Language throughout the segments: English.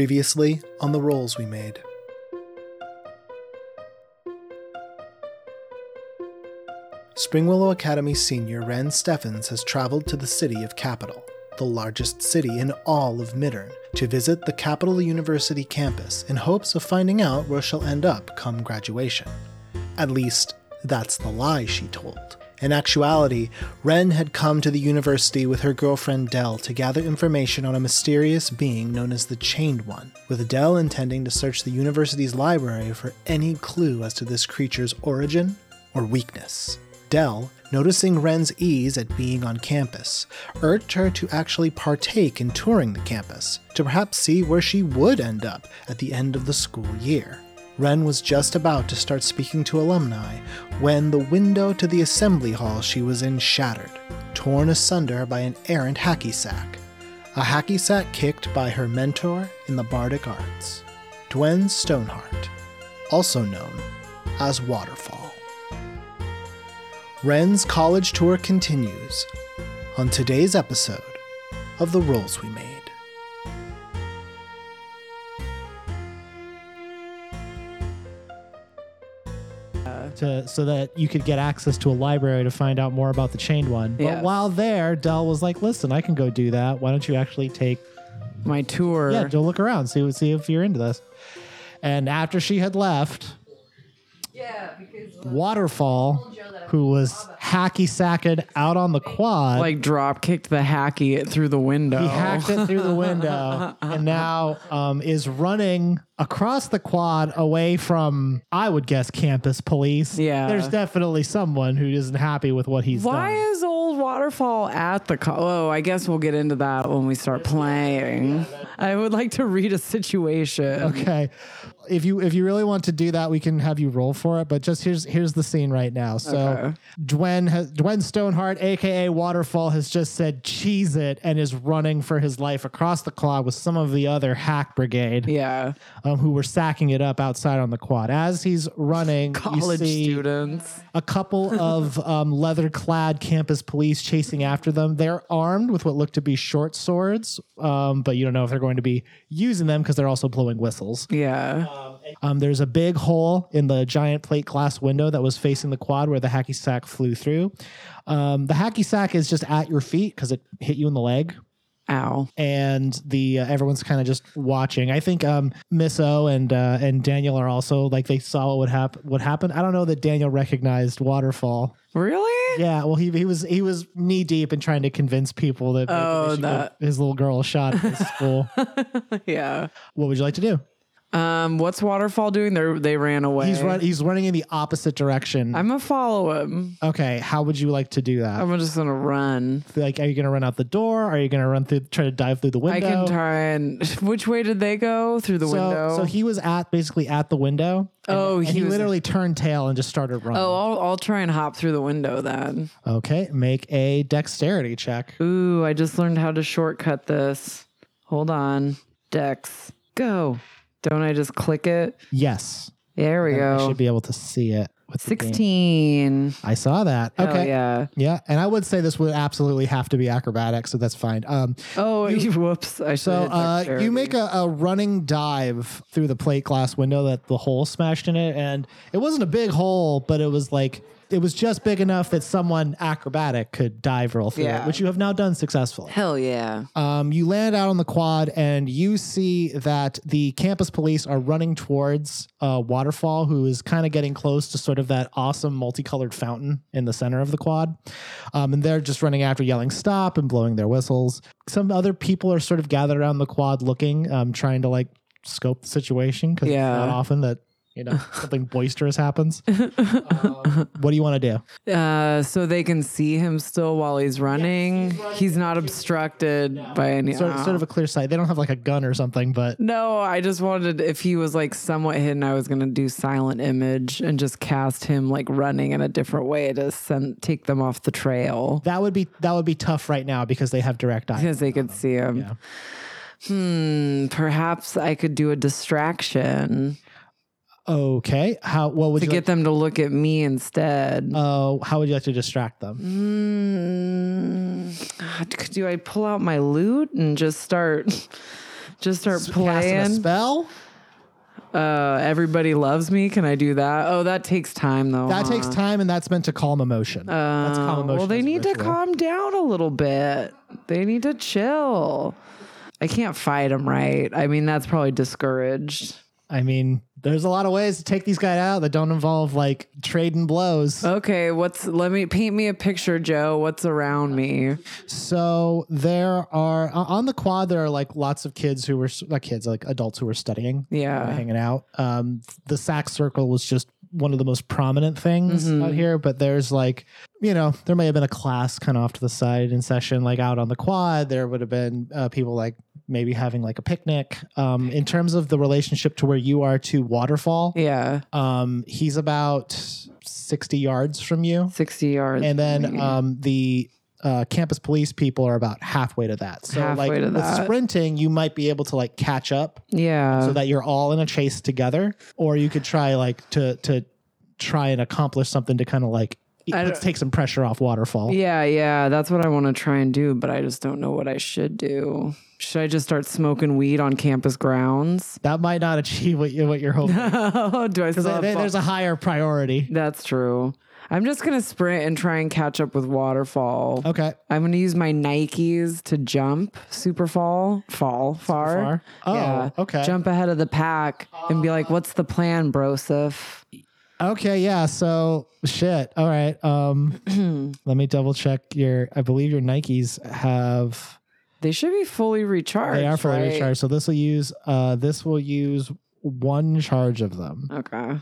Previously on the rolls we made. Springwillow Academy senior Ren Steffens has traveled to the city of Capital, the largest city in all of Midern, to visit the Capital University campus in hopes of finding out where she'll end up come graduation. At least, that's the lie she told. In actuality, Ren had come to the university with her girlfriend Dell to gather information on a mysterious being known as the Chained One, with Dell intending to search the university's library for any clue as to this creature's origin or weakness. Dell, noticing Ren's ease at being on campus, urged her to actually partake in touring the campus, to perhaps see where she would end up at the end of the school year. Ren was just about to start speaking to alumni when the window to the assembly hall she was in shattered, torn asunder by an errant hacky sack. A hacky sack kicked by her mentor in the bardic arts, Dwen Stoneheart, also known as Waterfall. Ren's college tour continues on today's episode of The Rolls We Made. to so that you could get access to a library to find out more about the chained one. Yes. But while there, Dell was like, "Listen, I can go do that. Why don't you actually take my tour. yeah, go look around, see what see if you're into this." And after she had left, Yeah, because uh, Waterfall, who was hacky sacking out on the quad, like drop kicked the hacky through the window. he hacked it through the window, and now um, is running across the quad away from, I would guess, campus police. Yeah. there's definitely someone who isn't happy with what he's Why done. is old waterfall at the co- oh, I guess we'll get into that when we start playing. I would like to read a situation. Okay. If you if you really want to do that, we can have you roll for it. But just here's here's the scene right now. So Okay. Dwen has Dwen Stoneheart, aka Waterfall, has just said cheese it and is running for his life across the quad with some of the other hack brigade Yeah. um, who were sacking it up outside on the quad. As he's running, College you see students. a couple of um, leather-clad campus police chasing after them. They're armed with what look to be short swords, um, but you don't know if they're going to be using them because they're also blowing whistles. Yeah. Um, there's a big hole in the giant plate glass window that was facing the quad where the hacky sack flew through. Um, the hacky sack is just at your feet because it hit you in the leg, Ow. and the uh, everyone's kind of just watching. I think um, Miss O and uh, and Daniel are also like they saw what happened. What happened? I don't know that Daniel recognized waterfall. Really? Yeah, well, he he was he was knee deep in trying to convince people that, maybe they Oh, should give that- his little girl a shot at this school. Yeah. what would you like to do? Um, what's waterfall doing? They they ran away. He's run, he's running in the opposite direction. I'm gonna follow him. Okay, how would you like to do that? I'm just gonna run. like, are you gonna run out the door? Are you gonna run through, try to dive through the window? I can try and which way did they go? Through the so, window. so he was at basically at the window. and- Oh, and he, he was- literally turned tail and just started running. Oh, I'll, I'll try and hop through the window then. okay. Make a dexterity check. Ooh, I just learned how to shortcut this. Hold on. Dex, go. Don't I just click it? Yes, There we I go. should be able to see it. With the game. 16. I saw that. Oh Okay. yeah. Yeah, and I would say this would absolutely have to be acrobatic, so that's fine. Um, Oh, whoops. I should so uh, you make a, a running dive through the plate glass window that the hole smashed in it, and it wasn't a big hole, but it was like it was just big enough that someone acrobatic could dive roll through it, Yeah. which you have now done successfully. Hell yeah. Um, you land out on the quad, and you see that the campus police are running towards uh, Waterfall, who is kind of getting close to sort of that awesome multicolored fountain in the center of the quad. Um, and they're just running after, yelling "stop" and blowing their whistles. Some other people are sort of gathered around the quad, looking, um, trying to like scope the situation because Yeah. it's not often that you know something boisterous happens. Um, what do you want to do? Uh, so they can see him still while he's running. he's, not obstructed by any. Sort, sort of a clear sight. They don't have like a gun or something, but No, I just wanted if he was like somewhat hidden, I was gonna do silent image and just cast him like running in a different way to send take them off the trail that would be that would be tough right now because they have direct eyes. because they could see him. Yeah. Hmm, perhaps I could do a distraction Okay. How what would to you get them to look at me instead. like, uh, how would you like to distract them? Hmm, do I pull out my loot and just start Just start Casting a playing. spell. Uh, everybody loves me. Can I do that? Oh, that takes time though. That huh? takes time, and that's meant to calm emotion. that's calm Oh, emotion. Uh-huh. Well, as they a need to ritual. calm down a little bit. They need to chill. I can't fight them, right? I mean, that's probably discouraged. I mean, there's a lot of ways to take these guys out that don't involve like trading blows. Okay, what's let me paint me a picture, Joe. What's around me? So there are o- on the quad. There are like lots of kids who were s- not kids, like adults who were studying, and Yeah. hanging out. Um, the sack circle was just one of the most prominent things Mhm. out here. But there's like, you know, there may have been a class kind of off to the side in session, like out on the quad. There would have been uh, people like maybe having like a picnic. Um, in terms of the relationship to where you are to waterfall, Yeah. um, he's about sixty yards from you. 60 yards. and from then me. um, the uh, campus police people are about halfway to that. So Halfway like to with that. sprinting, you might be able to like catch up yeah. so that you're all in a chase together, or you could try like to to try and accomplish something to kind of like e- I let's don't- take some pressure off waterfall. yeah, yeah. That's what I want to try and do, but I just don't know what I should do. Should I just start smoking weed on campus grounds? That might not achieve what you what you're hoping do I still because have fun? there's a higher priority. That's true. I'm just gonna sprint and try and catch up with waterfall. Okay. I'm gonna use my Nikes to jump, super fall, fall far. Far. Oh, okay. Jump ahead of the pack and be like, "What's the plan, Broseph?" Okay, yeah. So shit. All right. Um let me double check your I believe your Nikes have They should be fully recharged. They are fully right? recharged. So this will use uh this will use one charge of them. Okay.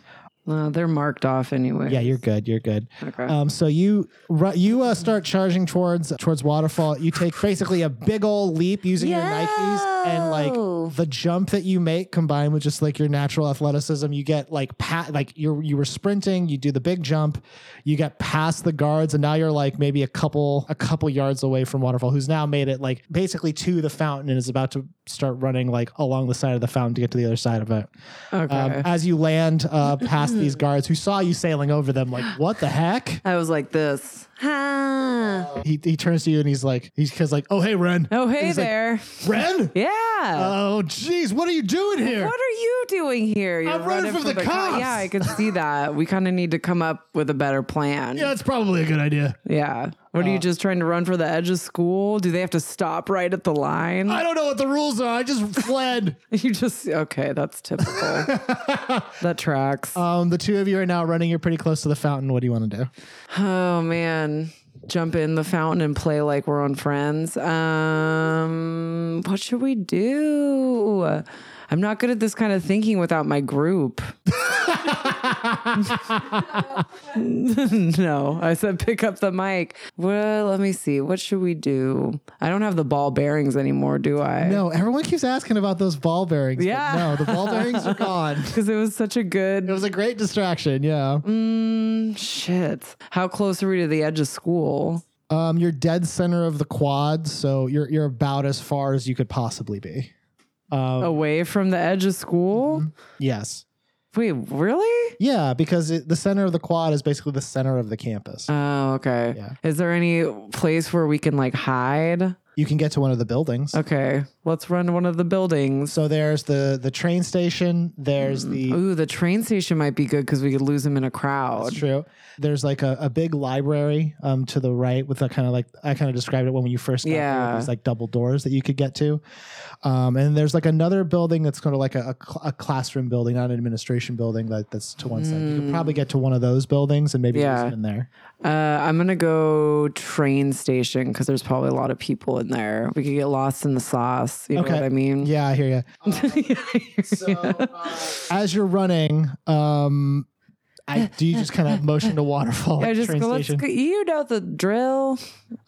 No, they're marked off anyway. Yeah, you're good. You're good. Okay. Um, so you ru- you uh, start charging towards towards waterfall. You take basically a big old leap using your Nikes and Yo! like the jump that you make combined with just like your natural athleticism. You get like pat like you you were sprinting. You do the big jump. You get past the guards and now you're like maybe a couple a couple yards away from waterfall, who's now made it like basically to the fountain and is about to start running like along the side of the fountain to get to the other side of it. okay. Um, as you land uh, past these guards who saw you sailing over them, like, what the heck? I was like this. Ah. He, he turns to you and he's like, he's cause like, oh, hey, Ren. Oh, hey He's like, there. Ren? yeah. Oh, jeez, what are you doing here? What are you doing here? You're running from the co- cops. Yeah, I can see that. We kind of need to come up with a better plan. yeah, it's probably a good idea. Yeah. What are you just trying to run for the edge of school? Do they have to stop right at the line? I don't know what the rules are. I just fled. you just okay. That's typical. that tracks. um, the two of you are now running. You're pretty close to the fountain. What do you want to do? oh man, jump in the fountain and play like we're on Friends. Um, what should we do? I'm not good at this kind of thinking without my group. no, I said pick up the mic. Well, let me see. What should we do? I don't have the ball bearings anymore, do I? No, everyone keeps asking about those ball bearings. but Yeah. No, the ball bearings are gone. Because it was such a It good was a great distraction. Yeah. mm, shit. How close are we to the edge of school? Um, you're dead center of the quad, so you're you're about as far as you could possibly be. Um, Away from the edge of school? yes, Mm-hmm. Wait, really? yeah, because it, the center of the quad is basically the center of the campus. Oh, okay. Yeah. Is there any place where we can like hide? you can get to one of the buildings. Okay, let's run to one of the buildings. So there's the the train station. There's the Ooh, the train station might be good because we could lose him in a crowd. That's true. There's like a, a big library um, to the right with a kind of like I kind of described it when you first got there Yeah. with these like double doors that you could get to. Um, and there's like another building that's kind of like a, a, cl- a classroom building, not an administration building that, that's to one side. You could probably get to one of those buildings and maybe Yeah. use it in there. Uh, I'm gonna go train station because there's probably a lot of people in there. We could get lost in the sauce. You know Okay. what I mean? Yeah, I hear you. So, As you're running, um, I do you just kind of motion to waterfall I at just train go, let's station. go. You know the drill.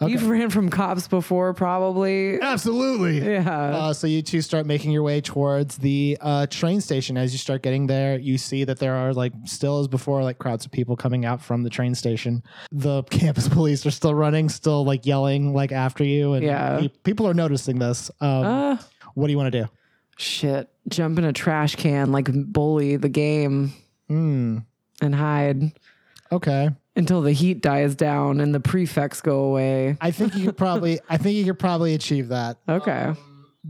You've ran from cops before, probably. Absolutely. Yeah. Uh, so you two start making your way towards the uh, train station. As you start getting there, you see that there are like still as before, like crowds of people coming out from the train station. The campus police are still running, still like yelling like after you, and Yeah. pe- people are noticing this. Um, Uh, what do you want to do? shit. Jump in a trash can like bully the game Hmm. and hide okay, until the heat dies down and the prefects go away. I think you could probably, I think you could probably achieve that. Okay.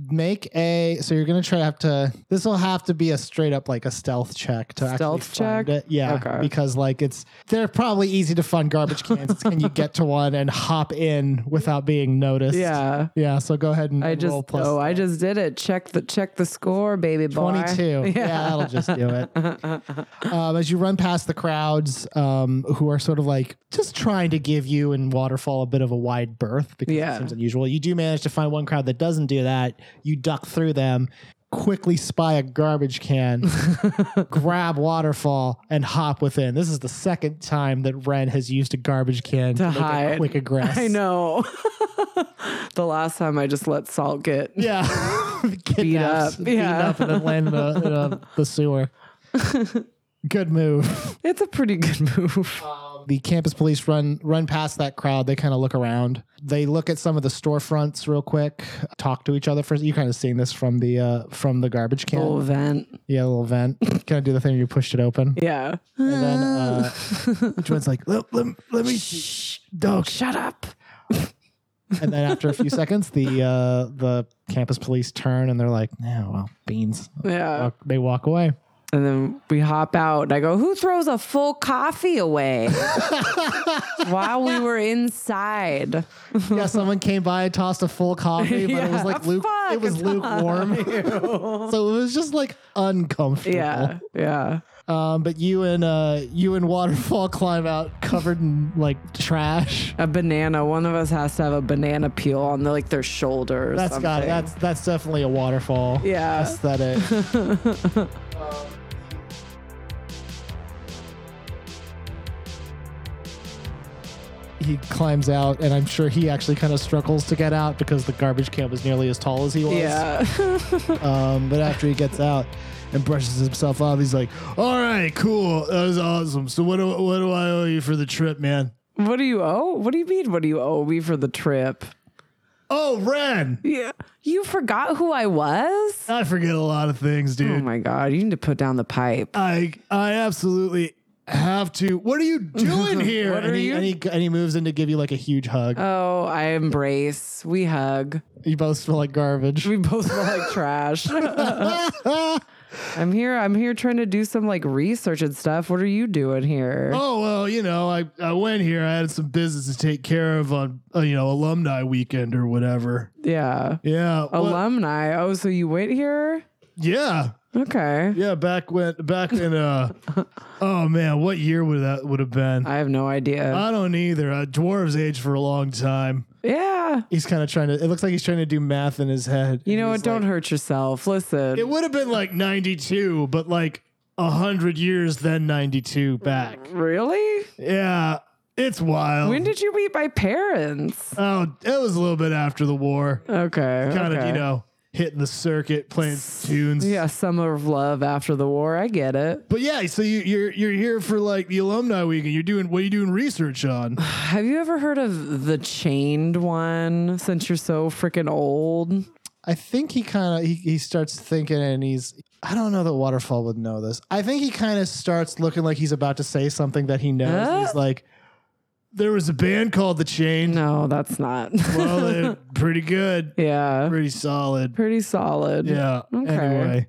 Make a so you're gonna try to have to. This will have to be a straight up like a stealth check to Stealth actually find check? it. Yeah, Okay. because like it's they're probably easy to find garbage cans. It's, can you get to one and hop in without being noticed? Yeah. yeah. So go ahead and I just roll plus oh, I just did it. Check the check the score, baby boy. 22. Yeah. that'll just do it. um, as you run past the crowds um, who are sort of like just trying to give you and Waterfall a bit of a wide berth because Yeah. it seems unusual. You do manage to find one crowd that doesn't do that. You duck through them, quickly spy a garbage can, grab Waterfall, and hop within. This is the second time that Ren has used a garbage can to, make a hide. quick aggress. I know. the last time I just let Salt get Yeah. Kidnaps, up, Beat yeah. up and then land in, a, in a, the sewer. Good move. It's a pretty good move. The campus police run run past that crowd. They kind of look around. They look at some of the storefronts real quick. Talk to each other first. You kind of seeing this from the uh, from the garbage can. Little vent. Yeah, little vent. kind of do the thing where you pushed it open. Yeah. And then uh, Joanne's like, let, let, let me see. Dog, Shut up. and then after a few seconds, the uh, the campus police turn and they're like, "Yeah, well, beans." Yeah. Walk- they walk away. And then we hop out and I go, Who throws a full coffee away? While we were inside. yeah, someone came by and tossed a full coffee, but it was like Yeah, luke. fuck, It was it's lukewarm, so it was just like uncomfortable. Yeah. Yeah. Um, but you and uh, you and Waterfall climb out covered in like trash. A banana. One of us has to have a banana peel on the, like their shoulder. Or That's something. got that's that's definitely a waterfall. Yeah. aesthetic. Um, he climbs out, and I'm sure he actually kind of struggles to get out because the garbage can was nearly as tall as he was. Yeah. Um, but after he gets out and brushes himself off, he's like, "All right, cool, that was awesome. So what do what do I owe you for the trip, man? what do you owe? What do you mean? What do you owe me for the trip? Oh, Ren, Yeah. You forgot who I was? I forget a lot of things, dude. Oh my God. You need to put down the pipe. I I absolutely have to. What are you doing here? What and, are he, you- and he and he moves in to give you like a huge hug. Oh, I embrace. We hug. you both smell like garbage. We both smell like trash. uh, I'm here. I'm here trying to do some like research and stuff. What are you doing here? Oh well, you know, I, I went here. I had some business to take care of on uh, you know alumni weekend or whatever. Yeah. Yeah, well, Alumni. Oh, so you went here? yeah, Okay. yeah. Back when back in uh, oh man, what year would that would have been? I have no idea. I don't either. Uh, dwarves age for a long time. yeah. He's kind of trying to. It looks like he's trying to do math in his head. You And know he's what? Don't hurt yourself. Listen. It would have been like 92, but like 100 years, then 92 back. really? Yeah, it's wild. Mm-hmm. When did you meet my parents? Oh, it was a little bit after the war. Okay. Kind okay. of, you know, hitting the circuit, playing tunes. Yeah, summer of love after the war. I get it. But yeah, so you, you're you're here for like the alumni weekend. You're doing what are you doing research on? Have you ever heard of the chained one since you're so freaking old? I think he kind of he, he starts thinking and he's I don't know that Waterfall would know this. I think he kind of starts looking like he's about to say something that he knows. Huh? He's like, there was a band called The Chain. No, that's not. well, they're pretty good, yeah. pretty solid. Pretty solid. Yeah. Okay. Anyway,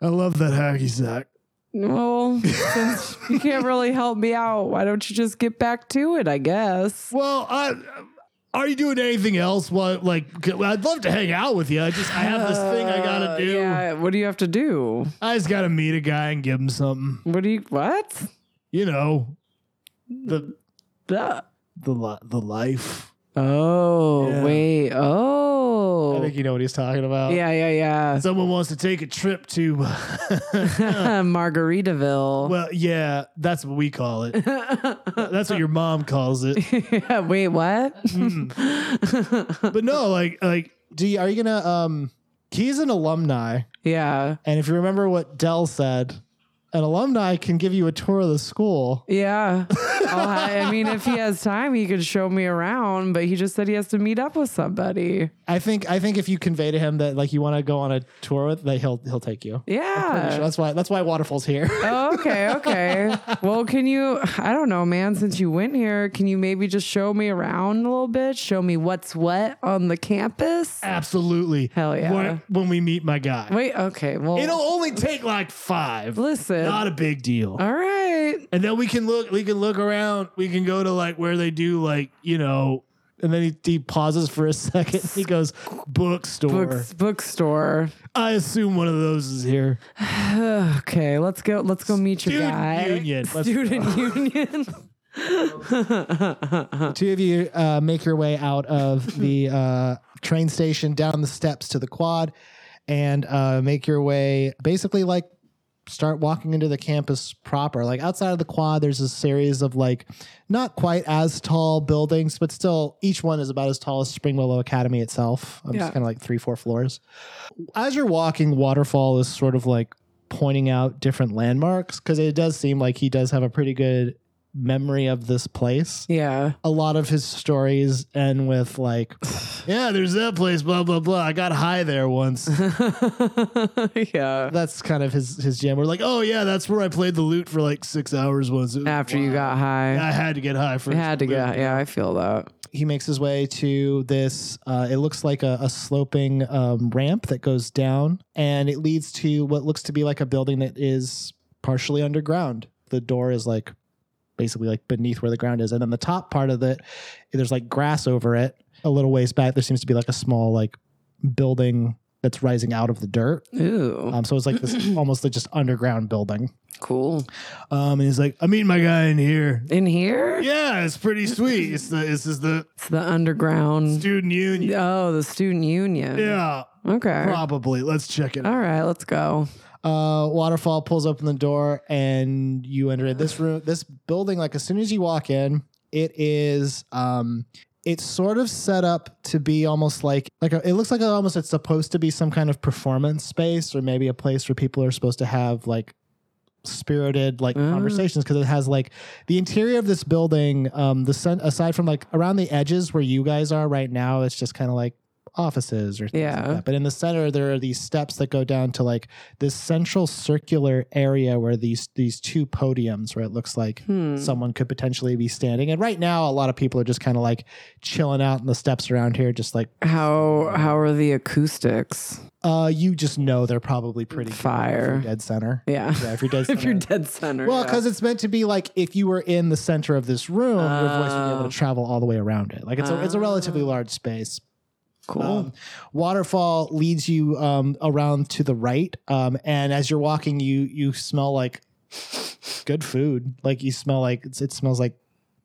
I love that hacky sack. Well, since you can't really help me out, why don't you just get back to it, I guess? Well, I. Are you doing anything else? Well, like, I'd love to hang out with you. I just, I have this thing I gotta Uh, do. Yeah, what do you have to do? I just gotta meet a guy and give him something. What do you what? You know, the Duh. the li- the life. Oh, Yeah. wait. I Oh. think you know what he's talking about. Yeah, yeah, Someone wants to take a trip to. yeah. Margaritaville. well, yeah, that's what we call it. That's what your mom calls it. yeah, wait, what? Hmm. but no, like like do you are you gonna um he's an alumni yeah. and if you remember what Dell said, an alumni can give you a tour of the school. Yeah. I'll ha- I mean, if he has time, he could show me around, but he just said he has to meet up with somebody. I think I think if you convey to him that like you want to go on a tour with, that he'll he'll take you. Yeah. Pretty sure. That's why that's why Waterfall's here. Oh, okay, okay. Well, can you? I don't know, man. Since you went here, can you maybe just show me around a little bit? Show me what's what on the campus. Absolutely. Hell yeah. When, when we meet my guy. Wait, okay. Well, It'll only take like five. listen. Not a big deal. all right. and then we can look we can look around. We can go to like where they do like, you know, and then he, he pauses for a second. He goes, bookstore. Books, bookstore. I assume one of those is here. Okay, let's go. Let's go meet your Student guy. union. Let's Student union. Two of you uh, make your way out of the uh, train station down the steps to the quad and uh, make your way basically like start walking into the campus proper. Like outside of the quad, there's a series of like not quite as tall buildings, but still each one is about as tall as Spring Willow Academy itself. I'm Yeah. just kind of like three, four floors. As you're walking, Waterfall is sort of like pointing out different landmarks because it does seem like he does have a pretty good memory of this place yeah. a lot of his stories end with like, yeah, there's that place, blah blah blah. I got high there once. yeah. that's kind of his his jam. We're like, oh yeah, that's where I played the lute for like six hours once. It was After you wild. got high, I had to get high for I had to get. Yeah, I feel that. He makes his way to this. Uh, it looks like a, a sloping um, ramp that goes down, and it leads to what looks to be like a building that is partially underground. The door is like basically like beneath where the ground is. And then the top part of it, there's like grass over it. A little ways back, there seems to be like a small like building that's rising out of the dirt. Ooh, Um, so it's like this almost like just underground building. cool. Um, and he's like, I meet my guy in here. In here, Yeah, it's pretty sweet. It's the this is the it's the underground. student union. Oh, the student union. Yeah, Okay. probably. Let's check it out. All right, let's go. uh, waterfall pulls open the door and you enter in this room this building like as soon as you walk in it is um it's sort of set up to be almost like like a, it looks like almost it's supposed to be some kind of performance space or maybe a place where people are supposed to have like spirited like Ah. conversations because it has like the interior of this building um the sun aside from like around the edges where you guys are right now it's just kind of like offices or things Yeah. like that. But in the center, there are these steps that go down to like this central circular area where these these two podiums where it looks like Hmm. someone could potentially be standing. And right now, a lot of people are just kind of like chilling out in the steps around here, just like How how are the acoustics? uh, you just know they're probably pretty good if Fire. you're dead center. Yeah. Yeah, if you're dead center. if you're dead center. well, yeah. because it's meant to be like if you were in the center of this room, your voice would be able to Oh. travel all the way around it. Like it's a, it's a Ah. relatively large space. cool. Um, waterfall leads you um, around to the right, um, and as you're walking, you you smell like good food. Like you smell like it's, it smells like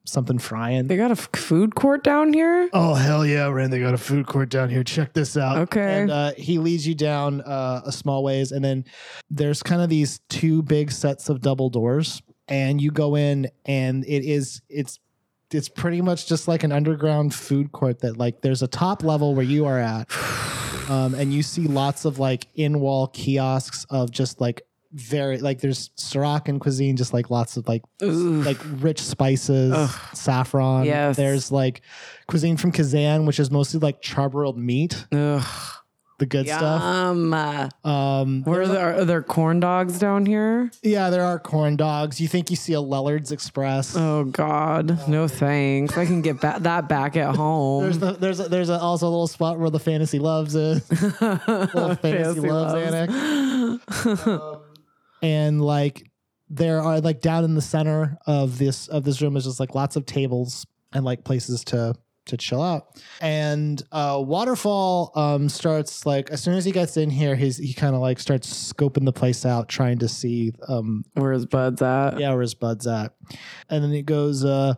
something frying. they got a f- food court down here. Oh hell yeah, Ren! They got a food court down here. Check this out. Okay. And uh, he leads you down uh, a small ways, and then there's kind of these two big sets of double doors, and you go in, and it is it's it's pretty much just like an underground food court that like there's a top level where you are at, um, and you see lots of like in wall kiosks of just like very like there's Sorokin cuisine, just like lots of like Ooh. like rich spices, Ugh. saffron. Yes. There's like cuisine from Kazan, which is mostly like charbroiled meat, Ugh. the good stuff. Yum. Uh, Um, Where are there's- there, are there corn dogs down here? yeah, there are corn dogs. You think you see a Lellard's Express. Oh God, no thanks. I can get ba- that back at home. There's the, there's a, there's a, also a little spot where the fantasy loves is, little fantasy Fancy loves loves. annex. and like there are like down in the center of this of this room is just like lots of tables and like places to to chill out and uh waterfall um starts like as soon as he gets in here he's he kind of like starts scoping the place out trying to see um Where's Bud's at? yeah where his bud's at and then he goes uh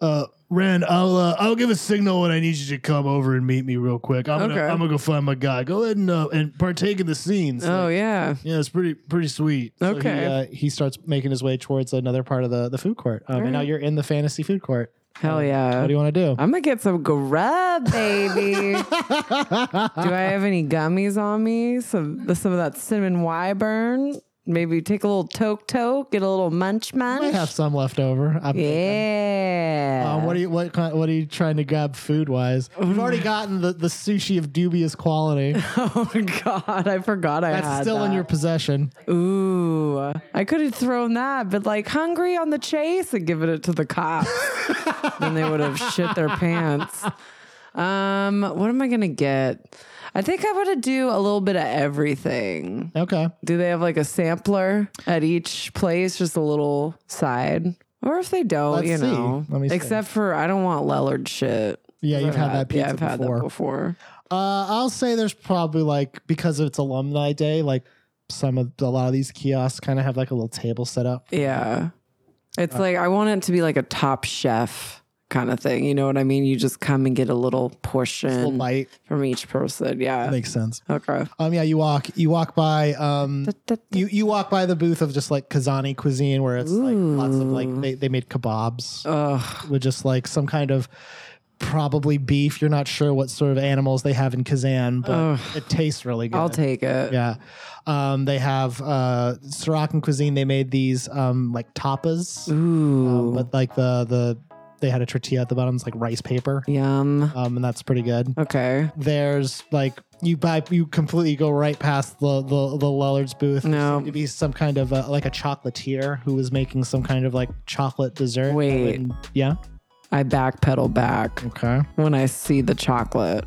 uh Ren, I'll uh, I'll give a signal when I need you to come over and meet me real quick. I'm Okay. gonna I'm gonna go find my guy. Go ahead and uh, and partake in the scenes. Oh yeah. Yeah, it's pretty pretty sweet. So he, Okay. uh, he, starts making his way towards another part of the, the food court. Um, And now Alright. you're in the fantasy food court. Hell yeah. What do you want to do? I'm gonna get some grub, baby. do I have any gummies on me? Some some of that cinnamon wyburn. maybe take a little toke toke, get a little munch munch. Might have some left over. I'm thinking. yeah. Um, what are you what kind, what are you trying to grab food wise? We've already gotten the, the sushi of dubious quality. oh God, I forgot I That's had still in Ah, that. your possession. Ooh, I could have thrown that, but like hungry on the chase and given it to the cops. then they would have shit their pants. Um, what am I gonna get? I think I want to do a little bit of everything. Okay. Do they have like a sampler at each place, just a little side? Or if they don't, Let's you see. know. Let me see. Except for I don't want Lellard shit. Yeah, you've I've had, that pizza yeah, I've had before. that before. Uh, I'll say there's probably like because it's alumni day, like some of a lot of these kiosks kind of have like a little table set up. Yeah. It's like I want it to be like a top chef kind of thing. You know what I mean? You just come and get a little It's a little portion light from each person. Mm. Yeah. makes sense. okay. Um, yeah, you walk you walk by um you you walk by the booth of just like Kazani cuisine where it's like lots of like they, they made kebabs Ugh. with just like some kind of probably beef. You're not sure what sort of animals they have in Kazan, but Ugh. it tastes really good. I'll take it. yeah. Um, they have uh, Sorokin cuisine. They made these um, like tapas, Ooh. um, but like the the they had a tortilla at the bottom. It's like rice paper, Yum. um, and that's pretty good. Okay. There's like you buy you completely go right past the the, the Lullard's booth. There No. seemed to be some kind of uh like a chocolatier who was making some kind of like chocolate dessert. I Wait. wouldn't- yeah. I backpedal back Okay. when I see the chocolate.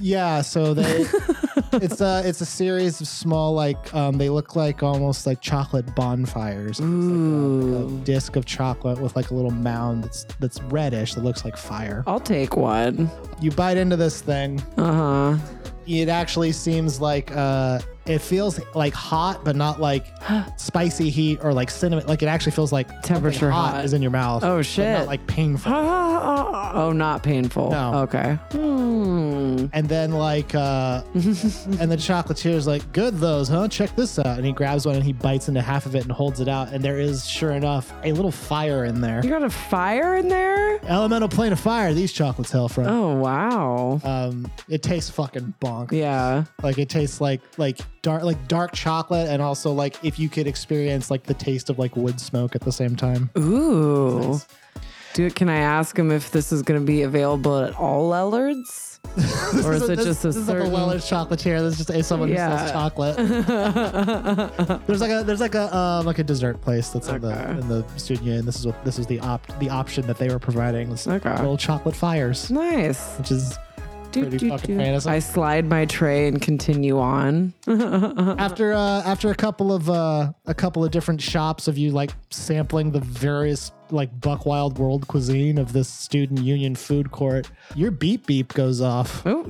Yeah, so they it's a it's a series of small like um they look like almost like chocolate bonfires. It's like a, like Ooh. a disc of chocolate with like a little mound that's that's reddish that looks like fire. I'll take one. You bite into this thing, Uh huh. it actually seems like uh it feels like hot but not like spicy heat or like cinnamon like it actually feels like something Temperature hot, hot. is in your mouth. Oh, but shit. not like painful. Oh, not painful. No. Okay. Hmm. And then like uh and the chocolatier's like, good those, huh? Check this out. And he grabs one and he bites into half of it and holds it out, and there is sure enough a little fire in there. You got a fire in there? Elemental plane of fire, these chocolates hell from. Oh, wow. Um it tastes fucking bonk. Yeah. Like it tastes like like dark like dark chocolate and also like if you could experience like the taste of like wood smoke at the same time. Ooh. Nice. Do can I ask him if this is going to be available at all Ellards? or is This it this- just a this is like certain? a Weller's chocolatier. This is just it's someone who Yeah. sells chocolate. There's like a there's like a um, like a dessert place that's in the Okay. in the student union. This is what this is the opt the option that they were providing. This Okay. little chocolate fires, nice. which is Do, pretty do, fucking do. fantastic. I slide my tray and continue on. after uh, after a couple of uh, a couple of different shops of you like sampling the various like Buck Wild World cuisine of this student union food court. Your beep beep goes off. Oh,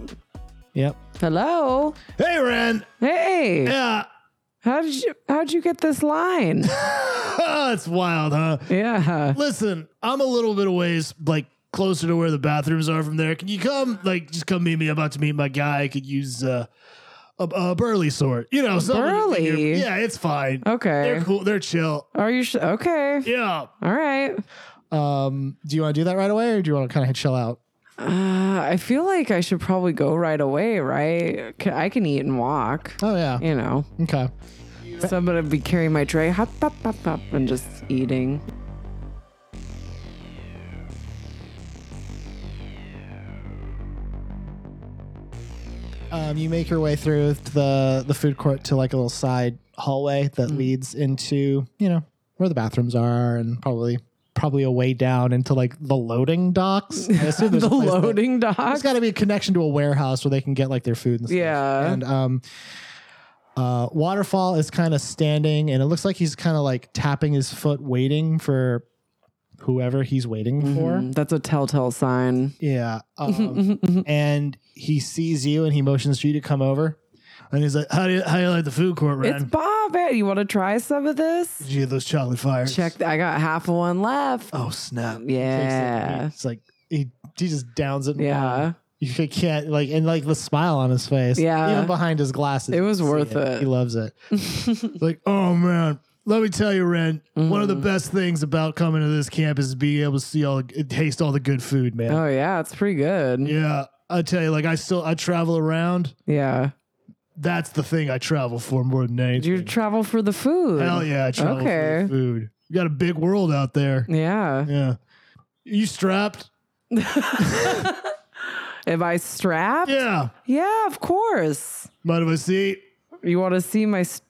Yep. hello. Hey Ren. Hey. Yeah. How did you how'd you get this line? it's wild, huh? yeah. Listen, I'm a little bit of ways like closer to where the bathrooms are from there. Can you come like just come meet me? I'm about to meet my guy. I could use uh, a, a burly sort. You know, something you think Burly? you're- Yeah, it's fine. Okay. They're cool. They're chill. Are you sh- okay? Yeah. All right. Um, do you want to do that right away, or do you want to kind of chill out? Uh, I feel like I should probably go right away, right? C- I can eat and walk, Oh yeah. you know. Okay. So I'm gonna be carrying my tray, hop, hop, hop, hop, and just eating. Um, you make your way through the the food court to like a little side hallway that Mm. leads into you know where the bathrooms are and probably probably a way down into like the loading docks. I assume there's a the place that- loading There's dock. got to be a connection to a warehouse where they can get like their food and stuff. Yeah. And um, uh, Waterfall is kind of standing, and it looks like he's kind of like tapping his foot, waiting for whoever he's waiting for. Mm, That's a telltale sign. Yeah. Um, Mhm. and he sees you, and he motions for you to come over. And he's like, "How do you, how do you like the food court, it's Ren? Bob. eh? You want to try some of this? Did you get those chocolate fires? Check. th- I got half of one left. Oh snap! Yeah. It's like he he just downs it. in Yeah. one. You can't like and like the smile on his face. Yeah. Even behind his glasses. It you was can see worth it. He loves it. like, oh man, let me tell you, Ren, one Mm. of the best things about coming to this campus is being able to see all the, taste all the good food, man. Oh yeah, it's pretty good. Yeah. I tell you, like I still I travel around Yeah. That's the thing I travel for more than anything. You travel for the food. Hell yeah, I travel for Okay. the food. We got a big world out there. Yeah. Yeah. You strapped? Am I strapped? Yeah. Yeah, of course. Mind if I see? You want to see my. s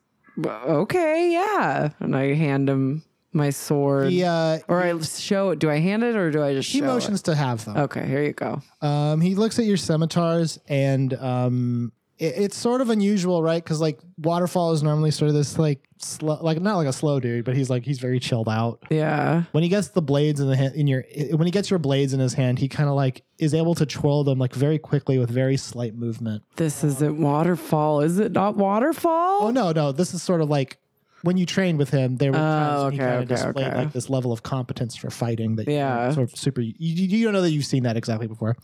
okay, yeah. And I hand him my sword. He, uh, Or I show it. Do I hand it or do I just he show motions to have them. it? Okay, here you go. Um, he looks at your scimitars and um, it, it's sort of unusual, right? Because like waterfall is normally sort of this like slow, like not like a slow dude, but he's like he's very chilled out. Yeah. When he gets the blades in the hand, in your when he gets your blades in his hand, he kind of like is able to twirl them like very quickly with very slight movement. This isn't waterfall. Is it not waterfall? Oh no, no, this is sort of like when you trained with him, there were Oh, times when he okay, kind of okay, displayed okay. like this level of competence for fighting that Yeah. you sort of super you, you don't know that you've seen that exactly before.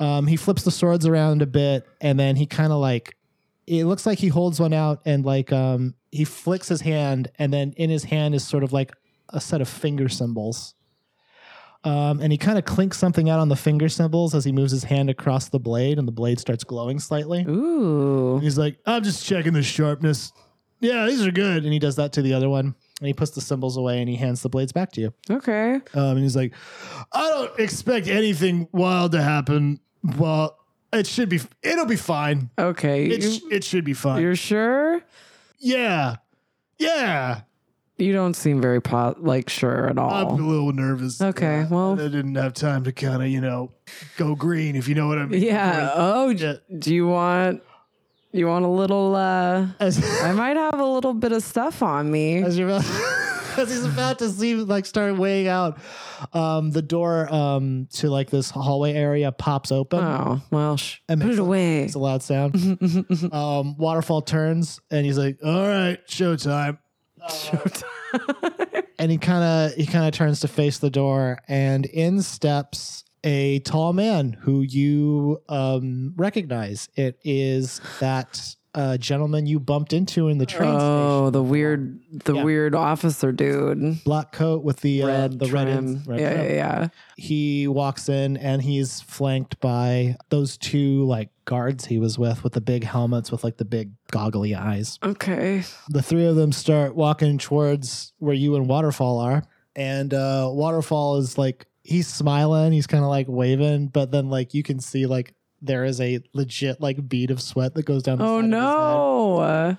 Um, he flips the swords around a bit and then he kind of like it looks like he holds one out and like um he flicks his hand and then in his hand is sort of like a set of finger symbols. Um, and he kind of clinks something out on the finger symbols as he moves his hand across the blade, and the blade starts glowing slightly. Ooh. And He's like, I'm just checking the sharpness. Yeah, these are good. And he does that to the other one. And he puts the symbols away and he hands the blades back to you. Okay. Um, and he's like, I don't expect anything wild to happen. Well, it should be, it'll be fine. Okay. It, sh- it should be You- fine. You're sure? yeah. Yeah. You don't seem very pot like sure at I'm a all. little nervous. Okay, Yeah. well- I didn't have time to kind of, you know, go green, if you know what I mean. Yeah. Oh, Yeah. j- do you want you want a little uh As- I might have a little bit of stuff on me. as you're about, as he's about to see like start weighing out um the door um to like this hallway area pops open Oh, well, sh- That put makes it away. it's a loud sound um waterfall turns and he's like all right showtime and he kind of he kind of turns to face the door and in steps a tall man who you um recognize it is that uh gentleman you bumped into in the train station Oh, the weird the Yeah. weird officer dude. black coat with the uh, Red the red, trim. ins- red yeah, trim. yeah, yeah. he walks in and he's flanked by those two like guards he was with with the big helmets with like the big goggly eyes Okay. the three of them start walking towards where you and waterfall are and uh waterfall is like he's smiling he's kind of like waving but then like you can see like there is a legit like bead of sweat that goes down the Oh side of his head no. Uh,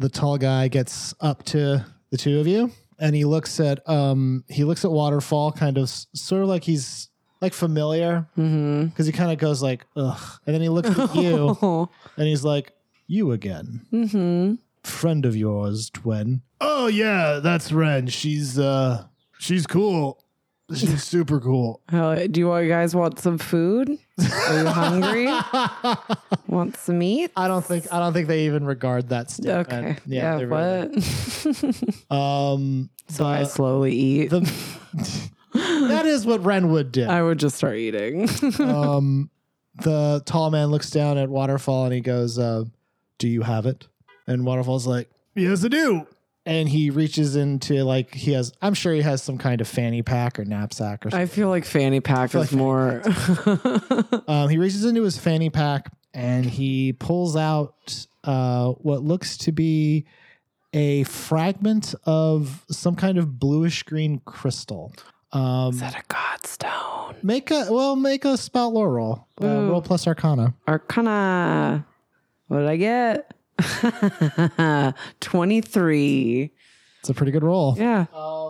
the tall guy gets up to the two of you and he looks at um he looks at waterfall kind of s- sort of like he's like familiar mhm. because he kind of goes like ugh and then he looks at you and he's like you again mhm. friend of yours twin oh yeah that's ren she's uh she's cool she's super cool Hell, do you all guys want some food? Are you hungry? want some meat? i don't think i don't think they even regard that statement Okay. yeah, Yeah. they're really- what? um so I but slowly eat. the- that is what ren would do I would just start eating. um, the tall man looks down at Waterfall and he goes, uh, "Do you have it?" And Waterfall's like, "Yes, I do." And he reaches into like he has. I'm sure he has some kind of fanny pack or knapsack or something. I feel like fanny pack feel is like more. Um, he reaches into his fanny pack and he pulls out uh, what looks to be a fragment of some kind of bluish green crystal. Um, is that a godstone? make a well, make a spout lore roll. Uh, Ooh. roll plus Arcana. Arcana. What did I get? 23. It's a pretty good roll. Yeah.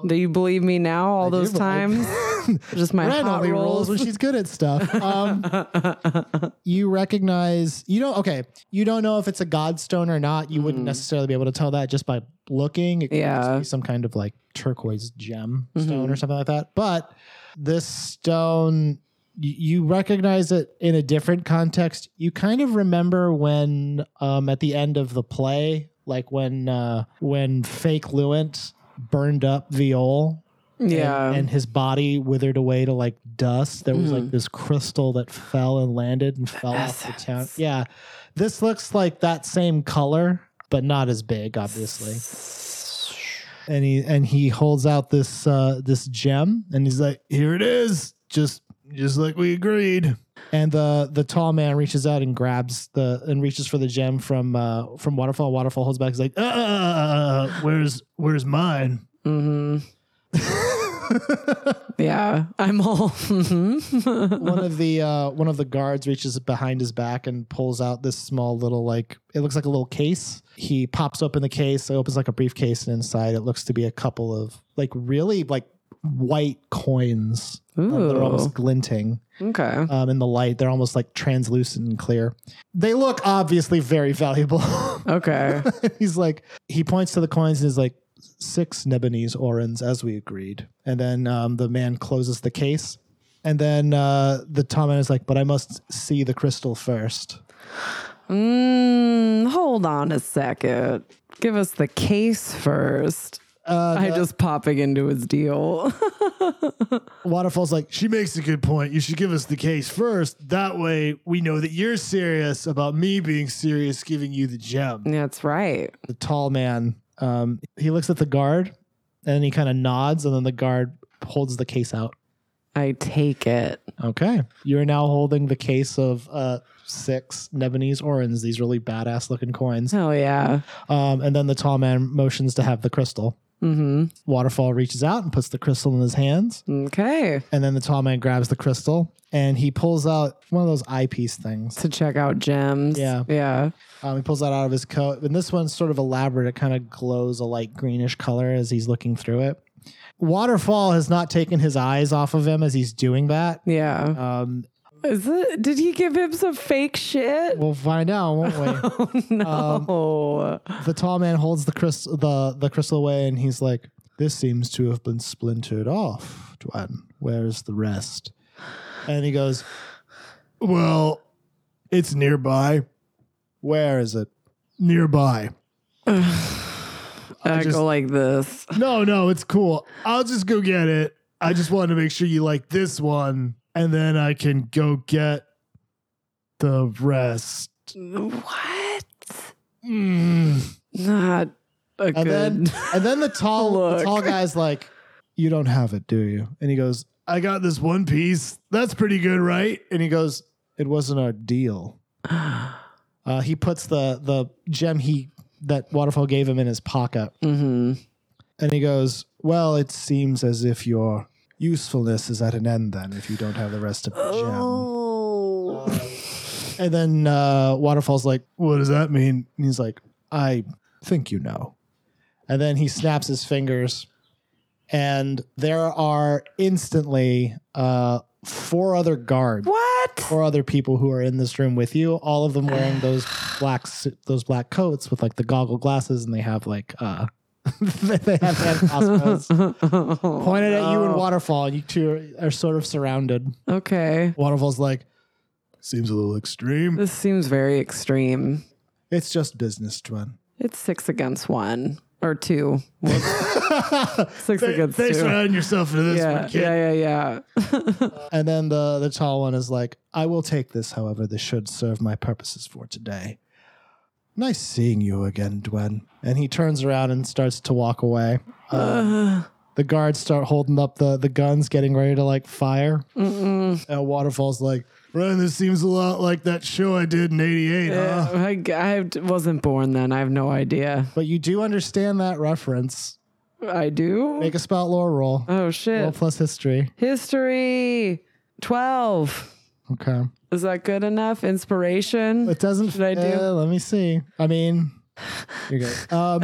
do you believe me now Um, all I do those believe- times? just my Red hot only rolls rolls. when she's good at stuff. Um, you recognize you don't okay. You don't know if it's a godstone or not. You wouldn't Mhm. necessarily be able to tell that just by looking. It could just Yeah. be some kind of like turquoise gem stone Mhm. or something like that. But this stone, y- you recognize it in a different context. You kind of remember when um, at the end of the play, like when uh, when fake Luent burned up Viol and- yeah. and, his body withered away to like dust there was like Mhm. this crystal that fell and landed and fell off the town essence. yeah this looks like that same color but not as big obviously and he and he holds out this uh this gem and he's like here it is just just like we agreed And the the tall man reaches out and grabs the and reaches for the gem from uh, from waterfall. Waterfall holds back. He's like, uh, "Where's where's mine?" Mm-hmm. Yeah, I'm all. mhm. one of the uh, one of the guards reaches behind his back and pulls out this small little like it looks like a little case. He pops open the case. It opens like a briefcase, and inside it looks to be a couple of like really like white coins. Um, they're Ooh. almost glinting Okay. um, in the light. They're almost like translucent and clear. They look obviously very valuable. Okay. he's like he points to the coins and is like six Nebanese orans as we agreed and then um, the man closes the case and then uh, the tall man is like but i must see the crystal first Mm, hold on a second. Give us the case first. uh, I'm just popping into his deal. waterfall's like she makes a good point you should give us the case first that way we know that you're serious about me being serious giving you the gem That's right. the tall man um, he looks at the guard and then he kind of nods and then the guard holds the case out I take it. Okay. You're now holding the case of uh, six Nebanese orins, these really badass looking coins. Hell yeah. Um, and then the tall man motions to have the crystal. Mm-hmm. Waterfall reaches out and puts the crystal in his hands. Okay. And then the tall man grabs the crystal and he pulls out one of those eyepiece things. To check out gems. Yeah. Yeah. Um, he pulls that out of his coat. And this one's sort of elaborate. It kind of glows a light greenish color as he's looking through it. Waterfall has not taken his eyes off of him as he's doing that. Yeah. Um, Is it, did he give him some fake shit? we'll find out, won't we? Oh no. the tall man holds the crystal the, the crystal away and he's like this seems to have been splintered off Dwan. where's the rest and he goes well it's nearby where is it nearby I just- go like this. no no it's cool i'll just go get it i just wanted to make sure you like this one and then i can go get the rest Mm. What? Not a And good. then and then the tall the Look. tall guy's like, "You don't have it, do you?" And he goes, "I got this one piece. That's pretty good, right?" And he goes, "It wasn't our deal." Uh, he puts the the gem he that waterfall gave him in his pocket, mm-hmm. and he goes, "Well, it seems as if your usefulness is at an end then if you don't have the rest of the gem." Oh. And then uh, waterfall's like, "What does that mean?" And he's like, "I think you know." And then he snaps his fingers, and there are instantly uh, four other guards, What? four other people who are in this room with you. All of them wearing those black suit, those black coats with like the goggle glasses, and they have like uh, they have handcuffs Oh, pointed at you and Waterfall. You two are, are sort of surrounded. Okay. Waterfall's like, "Seems a little extreme." This seems very extreme. It's just business, Dwen. It's six against one or two. Six against two. yourself into this yeah, yeah, yeah, yeah. And then the, the tall one is like, I will take this, however, this should serve my purposes for today. Nice seeing you again, Dwen. And he turns around and starts to walk away. Uh, the guards start holding up the, the guns, getting ready to like fire. And Waterfall's like, Ryan, this seems a lot like that show I did in 88, Yeah, I, I wasn't born then. I have no idea. But you do understand that reference. I do. Make a spout lore roll. Oh Roll shit! plus history. History twelve. Okay. Is that good enough? Inspiration. It doesn't. Should I do- uh, let me see. I mean, you're good. Um,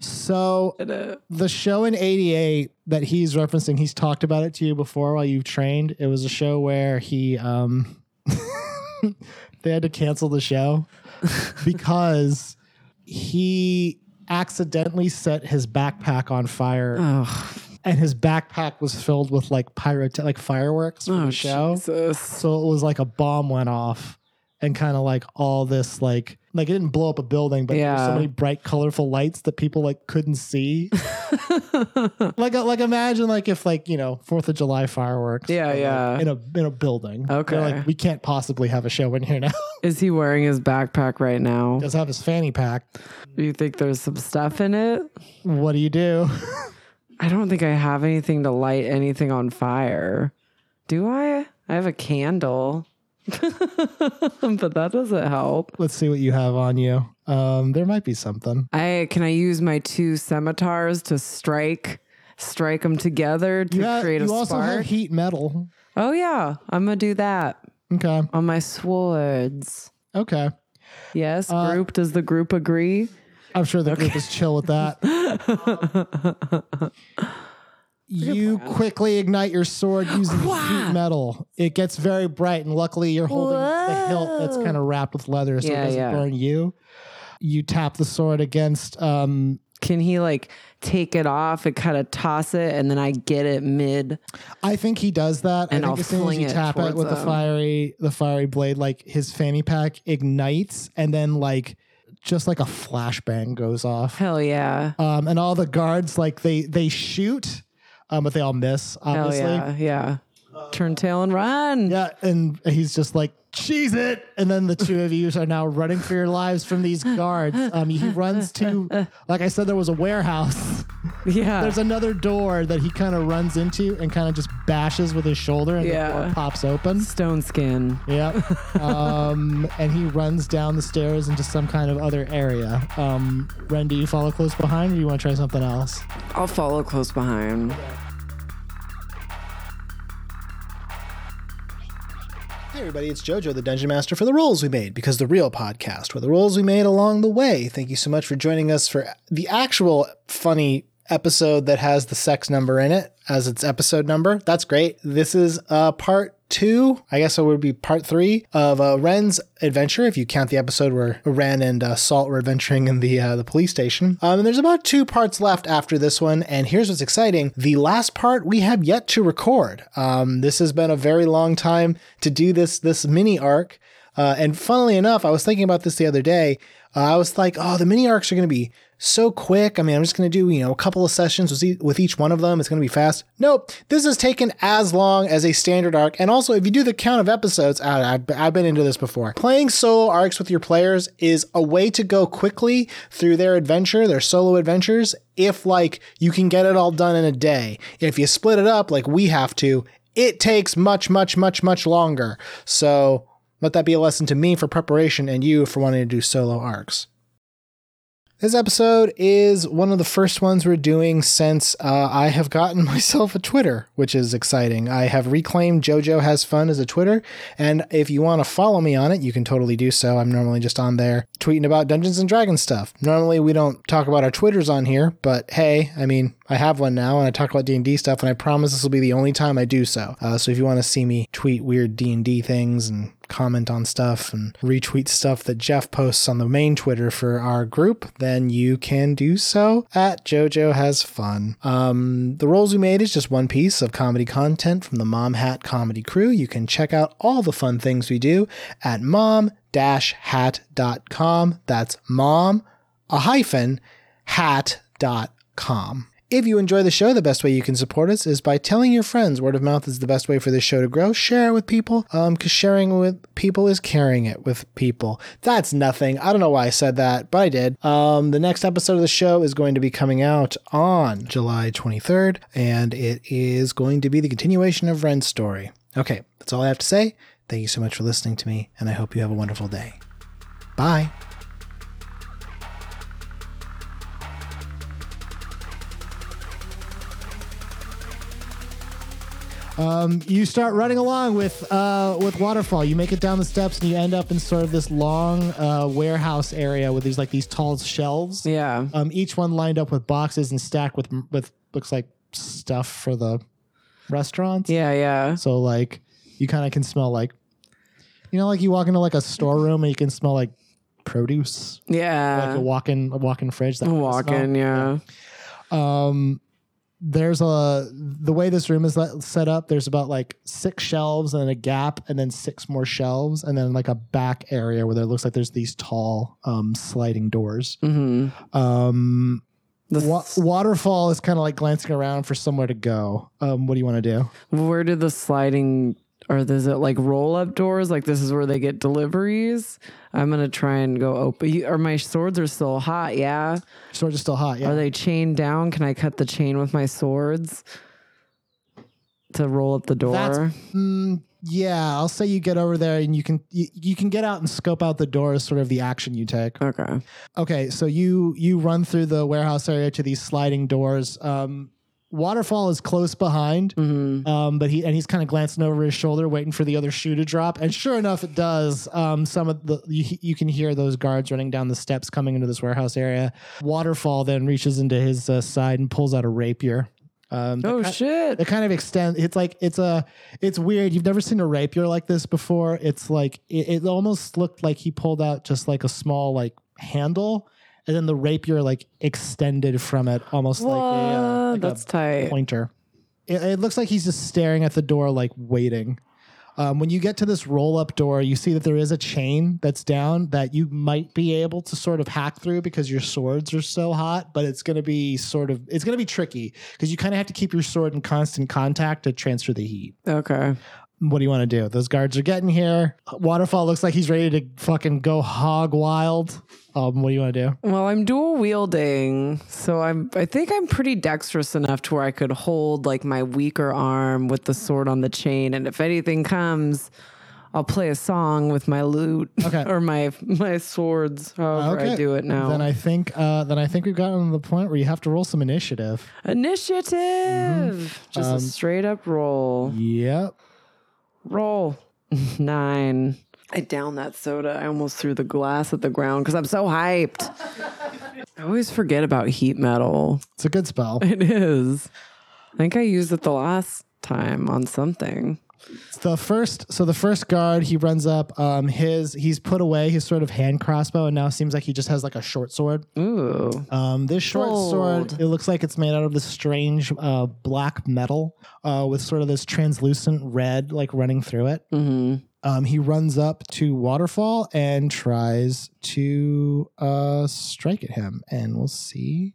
so the show in '88 that he's referencing, he's talked about it to you before while you trained. It was a show where he um, they had to cancel the show because he accidentally set his backpack on fire Oh, and his backpack was filled with like pyrote- like fireworks from oh the show Jesus. so it was like a bomb went off and kind of like all this like like it didn't blow up a building but there were so Yeah. many bright colorful lights that people like couldn't see like uh, like imagine like if like you know fourth of july fireworks Yeah, were, like, yeah. in a in a building They're Okay. like we can't possibly have a show in here now Is he wearing his backpack right now? he does have his fanny pack Do you think there's some stuff in it? what do you do I don't think I have anything to light anything on fire. Do I? I have a candle, but that doesn't help. Let's see what you have on you. Um, there might be something. I can I use my two scimitars to strike, strike them together to You, ha- create a you also spark. have heat metal. oh yeah, I'm gonna do that Okay. on my swords. Okay. Yes, Uh, group. Does the group agree? I'm sure the group is chill with that. you quickly ignite your sword using the heat metal. It gets very bright, and luckily you're holding the hilt that's Whoa. kind of wrapped with leather, so it Yeah, doesn't yeah. burn you. You tap the sword against um, Can he like take it off and kind of toss it, and then I get it mid? I think he does that. And I think I'll as soon as fling you it tap it towards with the them. fiery the fiery blade, like his fanny pack ignites and then like just like a flashbang goes off. Hell yeah! Um, and all the guards like they they shoot, um, but they all miss, Hell obviously. Oh, yeah! Yeah. Turn tail and run. Yeah, and he's just like, cheese it. And then the two of you are now running for your lives from these guards. Um, he runs to, like I said, there was a warehouse. Yeah. There's another door that he kind of runs into and kind of just bashes with his shoulder, and the Yeah. door pops open. Stone skin. Yep. Um, and he runs down the stairs into some kind of other area. Um, Ren, do you follow close behind, or do you want to try something else? I'll follow close behind. Hey everybody, it's Jojo, the Dungeon Master, for the rules we made because the real podcast were the rules we made along the way. Thank you so much for joining us for the actual funny episode that has the sex number in it as its episode number. That's great. This is uh, part two. I guess it would be part three of uh, Ren's adventure. If you count the episode where Ren and uh, Salt were adventuring in the uh, the police station, um, and there's about two parts left after this one. And here's what's exciting: the last part we have yet to record. Um, this has been a very long time to do this this mini arc. Uh, and funnily enough, I was thinking about this the other day. Uh, I was like, oh, the mini arcs are going to be so quick. I mean, I'm just going to do, you know, a couple of sessions with, e- with each one of them. It's going to be fast. Nope. This has taken as long as a standard arc. And also, if you do the count of episodes, I, I've, I've been into this before. Playing solo arcs with your players is a way to go quickly through their adventure, their solo adventures, if, like, you can get it all done in a day. If you split it up, like we have to, it takes much, much, much, much longer. So let that be a lesson to me for preparation and you for wanting to do solo arcs. This episode is one of the first ones we're doing since uh, I have gotten myself a Twitter, which is exciting. I have reclaimed JoJo Has Fun as a Twitter, and if you want to follow me on it, you can totally do so. I'm normally just on there tweeting about Dungeons and Dragons stuff. Normally we don't talk about our Twitters on here, but hey, I mean, I have one now, and I talk about D&D stuff, and I promise this will be the only time I do so. Uh, so if you want to see me tweet weird D&D things and comment on stuff and retweet stuff that Jeff posts on the main Twitter for our group, then you can do so at JoJo Has Fun. Um, the Roles We Made is just one piece of comedy content from the Mom Hat Comedy Crew. You can check out all the fun things we do at mom hat.com. That's mom a hyphen hat.com. If you enjoy the show, the best way you can support us is by telling your friends. Word of mouth is the best way for this show to grow. Share it with people, um, because sharing with people is carrying it with people. That's nothing. I don't know why I said that, but I did. Um, the next episode of the show is going to be coming out on July 23rd, and it is going to be the continuation of Ren's story. Okay, that's all I have to say. Thank you so much for listening to me, and I hope you have a wonderful day. Bye. Um, you start running along with uh, with waterfall. You make it down the steps and you end up in sort of this long uh, warehouse area with these like these tall shelves. Yeah. Um, each one lined up with boxes and stacked with with looks like stuff for the restaurants. Yeah. Yeah. So like you kind of can smell like you know like you walk into like a storeroom and you can smell like produce like a Yeah. walk-in a walk-in fridge that Walking. kinda smell Yeah. um there's a the way this room is let, set up there's about like six shelves and then a gap and then six more shelves and then like a back area where there looks like there's these tall um sliding doors Mm-hmm. um The wa- s- waterfall is kind of like glancing around for somewhere to go um what do you want to do where did the sliding or is it like roll up doors? Like this is where they get deliveries. I'm gonna try and go open. you- Or my swords are still hot. Yeah. swords are still hot yeah Are they chained down? Can I cut the chain with my swords? to roll up the door. That's- Mm, yeah, I'll say you get over there and you can you, you can get out and scope out the door is sort of the action you take. okay. Okay, so you you run through the warehouse area to these sliding doors. Um, waterfall is close behind, hmm um, but he and he's kind of glancing over his shoulder, waiting for the other shoe to drop. And sure enough, it does. Um, some of the you, you can hear those guards running down the steps coming into this warehouse area. Waterfall then reaches into his uh, side and pulls out a rapier. Um, that Oh ki- shit. It kind of extends. It's like it's a. It's weird. You've never seen a rapier like this before. It's like it, it almost looked like he pulled out just like a small like handle, and then the rapier like extended from it, almost like a, uh, Whoa, like a that's tight. pointer. It, it looks like he's just staring at the door, like waiting. Um, when you get to this roll up door, you see that there is a chain that's down that you might be able to sort of hack through because your swords are so hot, but it's going to be sort of, it's going to be tricky because you kind of have to keep your sword in constant contact to transfer the heat. Okay. What do you want to do? Those guards are getting here. Waterfall looks like he's ready to fucking go hog wild. Um, what do you want to do? Well, I'm dual wielding, so I'm I think I'm pretty dexterous enough to where I could hold like my weaker arm with the sword on the chain and if anything comes, I'll play a song with my lute Okay. or my my swords, however I do it now. Then I think, uh, then I think we've gotten to the point where you have to roll some initiative. Initiative. Mm-hmm. Just Um, a straight up roll. Yep. Roll. Nine. I downed that soda. I almost threw the glass at the ground because I'm so hyped. I always forget about heat metal. It's a good spell. It is. I think I used it the last time on something. It's the first so the first guard he runs up, um his he's put away his sort of hand crossbow and now seems like he just has like a short sword. Ooh. Um this short Bold. sword, it looks like it's made out of this strange uh black metal uh with sort of this translucent red like running through it. hmm Um he runs up to Waterfall and tries to uh strike at him and we'll see.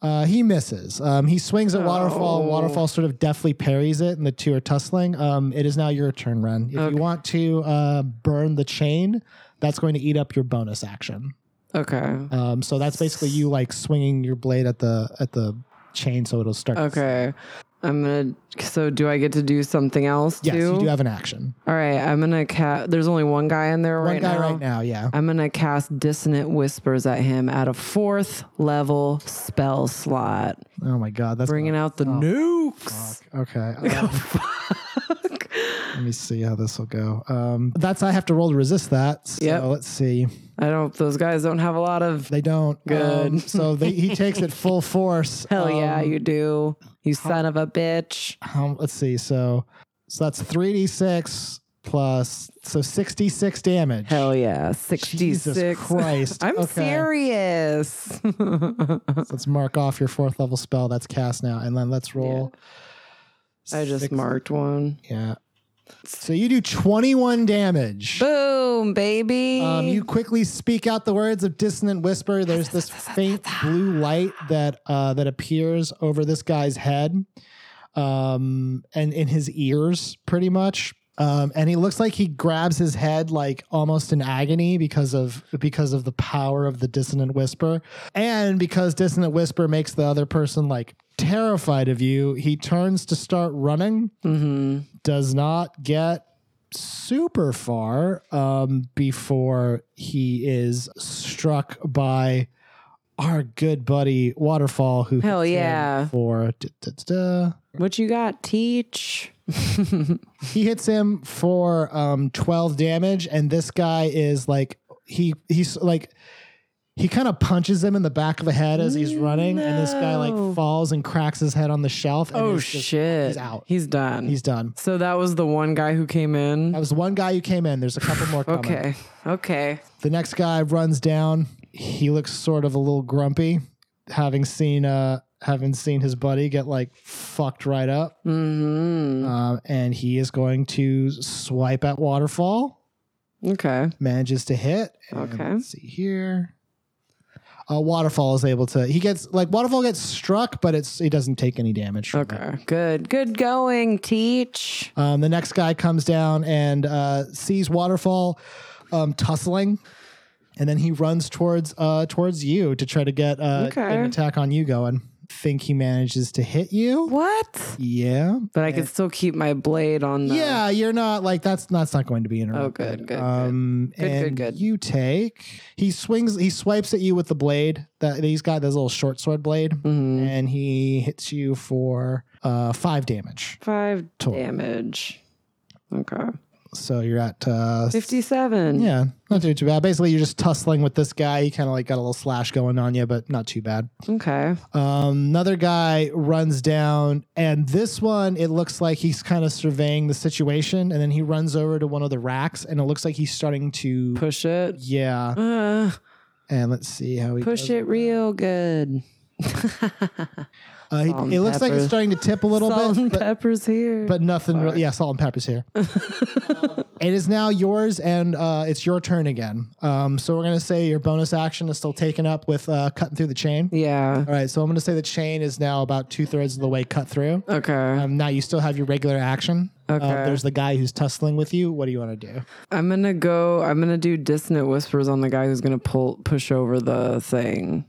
Uh, he misses. Um, he swings at Waterfall. Oh. Waterfall sort of deftly parries it, and the two are tussling. Um, it is now your turn, Ren. If Okay. you want to uh, burn the chain, that's going to eat up your bonus action. Okay. Um, so that's basically you like swinging your blade at the at the chain, so it'll start. to- Okay. I'm gonna. So, do I get to do something else Yes, too? you do have an action. All right. I'm gonna cat. There's only one guy in there One right guy now. right now, yeah. I'm gonna cast dissonant whispers at him at a fourth level spell slot, Oh my Oh, god, that's bringing out the nukes. Fuck. Okay. uh, let me see how this will go. Um, that's I have to roll to resist that. So Yep. let's see. I don't. Those guys don't have a lot of. They don't. Good. Um, so they, he takes it full force. Hell Um, yeah, you do. You son of a bitch. how- let's see. So, so that's three d six plus so sixty six damage. Hell yeah, sixty Jesus six. Christ. I'm Okay. serious. So let's mark off your fourth level spell that's cast now, and then let's roll. I just Six- marked one. Yeah. So you do twenty one damage. Boom, baby. Um, you quickly speak out the words of dissonant whisper. There's this faint blue light that uh, that appears over this guy's head, um, and in his ears, pretty much. Um, and he looks like he grabs his head like almost in agony because of because of the power of the dissonant whisper, and because dissonant whisper makes the other person like terrified of you. He turns to start running mm-hmm. does not get super far um, before he is struck by our good buddy Waterfall, who Hell hits him yeah. for da, da, da, da. What you got? Teach. he hits him for um, twelve damage, and this guy is like he he's like. He kind of punches him in the back of the head as he's running, and this guy No. like falls and cracks his head on the shelf. And oh is just- shit. he's out. He's done. He's done. so that was the one guy who came in. That was one guy who came in. There's a couple more coming. Okay. Okay. The next guy runs down. He looks sort of a little grumpy, having seen uh having seen his buddy get like fucked right up. Mm-hmm. Um, and he is going to swipe at waterfall. Okay. Manages to hit. And Okay. Let's see here. Uh, waterfall is able to. He gets like waterfall gets struck, but it's he doesn't take any damage. From it. Okay. Good. Good going. Teach. Um, the next guy comes down and uh, sees waterfall um, tussling, and then he runs towards uh, towards you to try to get, uh, get Okay. an attack on you going. think he manages to hit you. What? Yeah. But I could still keep my blade on the. Yeah, you're not like that's that's not going to be interrupted. Oh, good, good, um, good. Good, good, and good. You take. He swings. He swipes at you with the blade that that he's got. This little short sword blade, Mhm. and he hits you for uh five damage. Five Total. damage. Okay. So you're at uh 57. Yeah, not doing too bad. Basically, you're just tussling with this guy. You kind of like got a little slash going on you, but not too bad. Okay. Um, another guy runs down, and this one, it looks like he's kind of surveying the situation, and then he runs over to one of the racks, and it looks like he's starting to. Push it. Yeah, Uh, and let's see how he push does. it real good. Uh, he- Salt and it looks like it's pepper. starting to tip a little Salt bit, and but, peppers here. but nothing. Really, yeah, salt and peppers here. it is now yours, and uh, it's your turn again. Um, so we're gonna say your bonus action is still taken up with uh, cutting through the chain. yeah. All right, so I'm going to say the chain is now about two thirds of the way cut through. Okay. Um, now you still have your regular action. Uh, Okay. there's the guy who's tussling with you. What do you want to do? I'm gonna go. I'm gonna do dissonant whispers on the guy who's gonna pull push over the thing.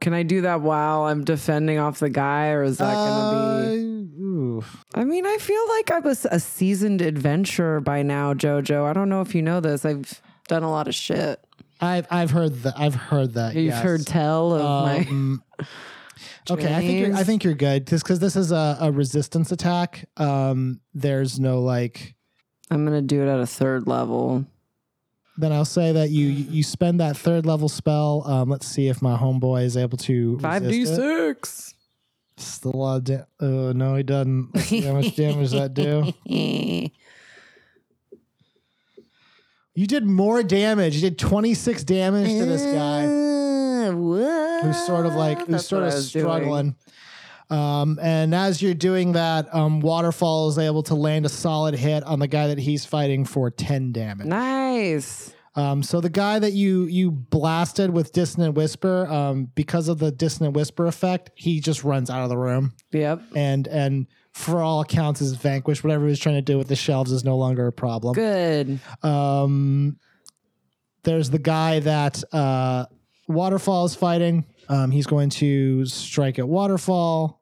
Can I do that while I'm defending off the guy, or is that gonna Uh, be? I mean, I feel like I was a seasoned adventurer by now, Jojo. I don't know if you know this. I've done a lot of shit. I've I've heard that. I've heard that. You've yes. heard tell of my. Um, okay, I think you're, I Journeys. think you're good. Just because this is a, a resistance attack. Um, there's no like. I'm gonna do it at a third level. Then I'll say that you you spend that third level spell. Um, let's see if my homeboy is able to Five d resist it. six. Still a lot of da- oh no, he doesn't. Let's see how much damage that do? You did more damage. You did 26 damage to this guy who's sort of like who's Mm, That's sort what of I was doing. struggling. Um, and as you're doing that, um, Waterfall is able to land a solid hit on the guy that he's fighting for 10 damage. Nice. Um, so the guy that you you blasted with Dissonant Whisper, um, because of the Dissonant Whisper effect, he just runs out of the room. Yep. and and for all accounts is vanquished. Whatever he was trying to do with the shelves is no longer a problem. Good. Um, there's the guy that uh, Waterfall is fighting. Um, he's going to strike at Waterfall,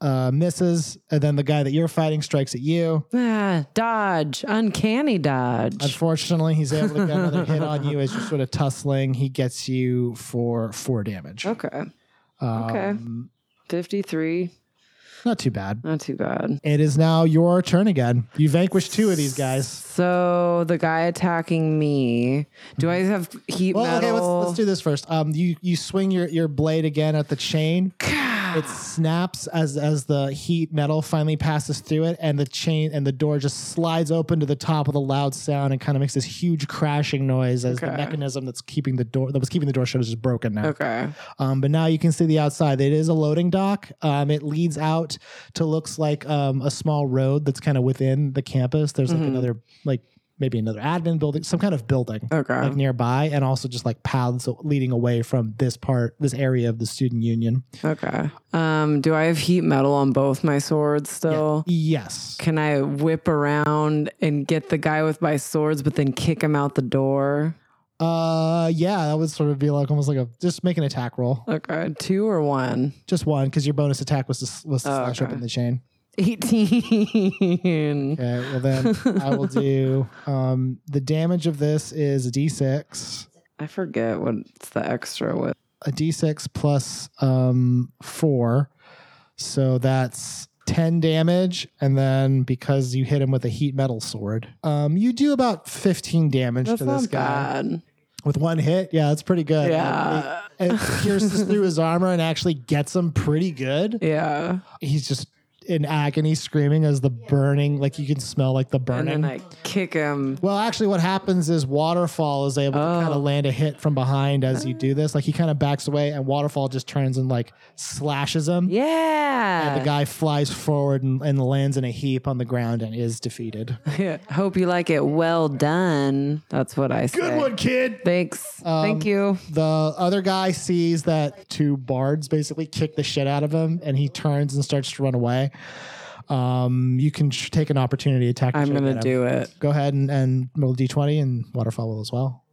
uh, misses, and then the guy that you're fighting strikes at you. Ah, dodge. Uncanny dodge. Unfortunately, he's able to get another hit on you as you're sort of tussling. He gets you for four damage. Okay. okay. Um, 53. Not too bad. Not too bad. It is now your turn again. You vanquished two of these guys. So the guy attacking me. Do I have heat Well, okay, metal? let's, let's do this first. Um, you you swing your, your blade again at the chain. It snaps as as the heat metal finally passes through it, and the chain and the door just slides open to the top with a loud sound and kind of makes this huge crashing noise as the Okay. mechanism that's keeping the door that was keeping the door shut is just broken now. Okay. Um, but now you can see the outside. It is a loading dock. Um, it leads out to looks like um, a small road that's kind of within the campus. There's like Mhm. another like maybe another admin building, some kind of building Okay. like nearby and also just like paths leading away from this part this area of the student union okay. Um, do I have heat metal on both my swords still? yes Can I whip around and get the guy with my swords, but then kick him out the door? uh yeah that would sort of be like almost like a just make an attack roll Okay. uh, Two or one? just one because your bonus attack was to, s- was to Oh, slash up okay. in the chain 18. okay well then i will do um the damage of this is a d6 I forget what's the extra with. a d6 plus um four so that's 10 damage and then because you hit him with a heat metal sword um you do about 15 damage That's to this not guy bad. with one hit yeah that's pretty good Yeah. it, it pierces through his armor and actually gets him pretty good Yeah. he's just in agony screaming as the burning like you can smell like the And burning then I kick him. well, actually, what happens is Waterfall is able to Oh. kind of land a hit from behind as you do this. Like he kind of backs away, and Waterfall just turns and like slashes him. And the Yeah. guy flies forward and, and lands in a heap on the ground and is defeated. Hope you like it. Well done. That's what I say. kid. Thanks. Um, Thank you. The other guy sees that two bards basically kick the shit out of him, and he turns and starts to run away. Um, you can sh- take an opportunity attack. I'm check gonna at him. do it. Go ahead and, and roll d d20 and Waterfall will as well.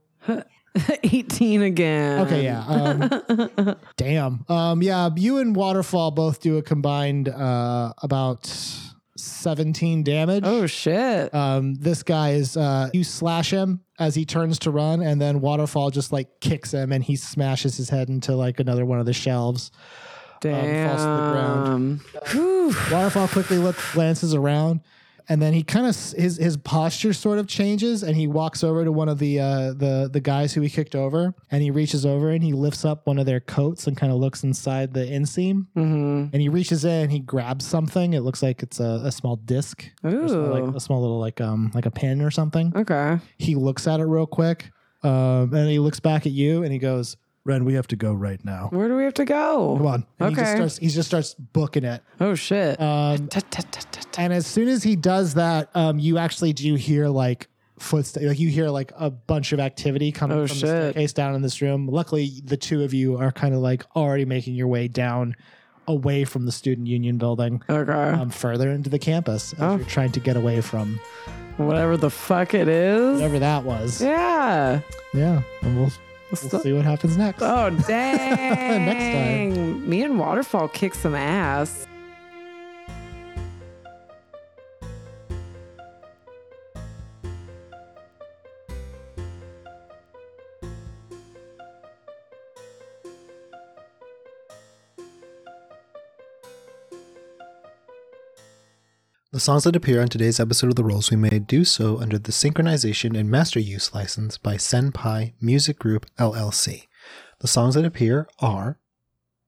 18 again. Okay, yeah. Um, damn. Um, yeah, you and Waterfall both do a combined uh, about 17 damage. Oh, shit. Um, this guy is, uh, you slash him as he turns to run, and then Waterfall just like kicks him and he smashes his head into like another one of the shelves. Damn. falls to the ground. Whew. Waterfall quickly looks, glances around, and then he kind of his his posture sort of changes, and he walks over to one of the uh, the the guys who he kicked over, and he reaches over and he lifts up one of their coats and kind of looks inside the inseam, Mhm. and he reaches in and he grabs something. It looks like it's a, a small disc, or some- like Ooh. a small little like um like a pin or something. Okay. He looks at it real quick, um, and he looks back at you and he goes, "Ren, we have to go right now. Where do we have to go? Come on." And He just Okay. starts he just starts booking it. Oh, shit. Um, Ta- ta- ta- ta- ta. And as soon as he does that, um, you actually do hear like footsteps. Like you hear like a bunch of activity coming Oh, from shit. the staircase down in this room. Luckily, the two of you are kind of like already making your way down, away from the student union building, Okay. um, further into the campus. As Oh. You're trying to get away from Whatever the fuck it is. whatever that was. Yeah, Yeah. and we'll we'll see what happens next. Oh, dang. time. Me and Waterfall kick some ass. The songs that appear on today's episode of The Rolls We Made do so under the Synchronization and Master Use license by Senpai Music Group LLC. The songs that appear are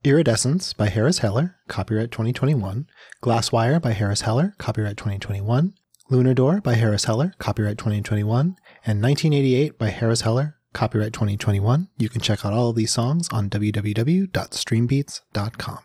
Iridescence by Harris Heller, copyright 2021, Glasswire by Harris Heller, copyright 2021, Lunar Door by Harris Heller, copyright 2021, and 1988 by Harris Heller, copyright 2021. You can check out all of these songs on www.streambeats.com.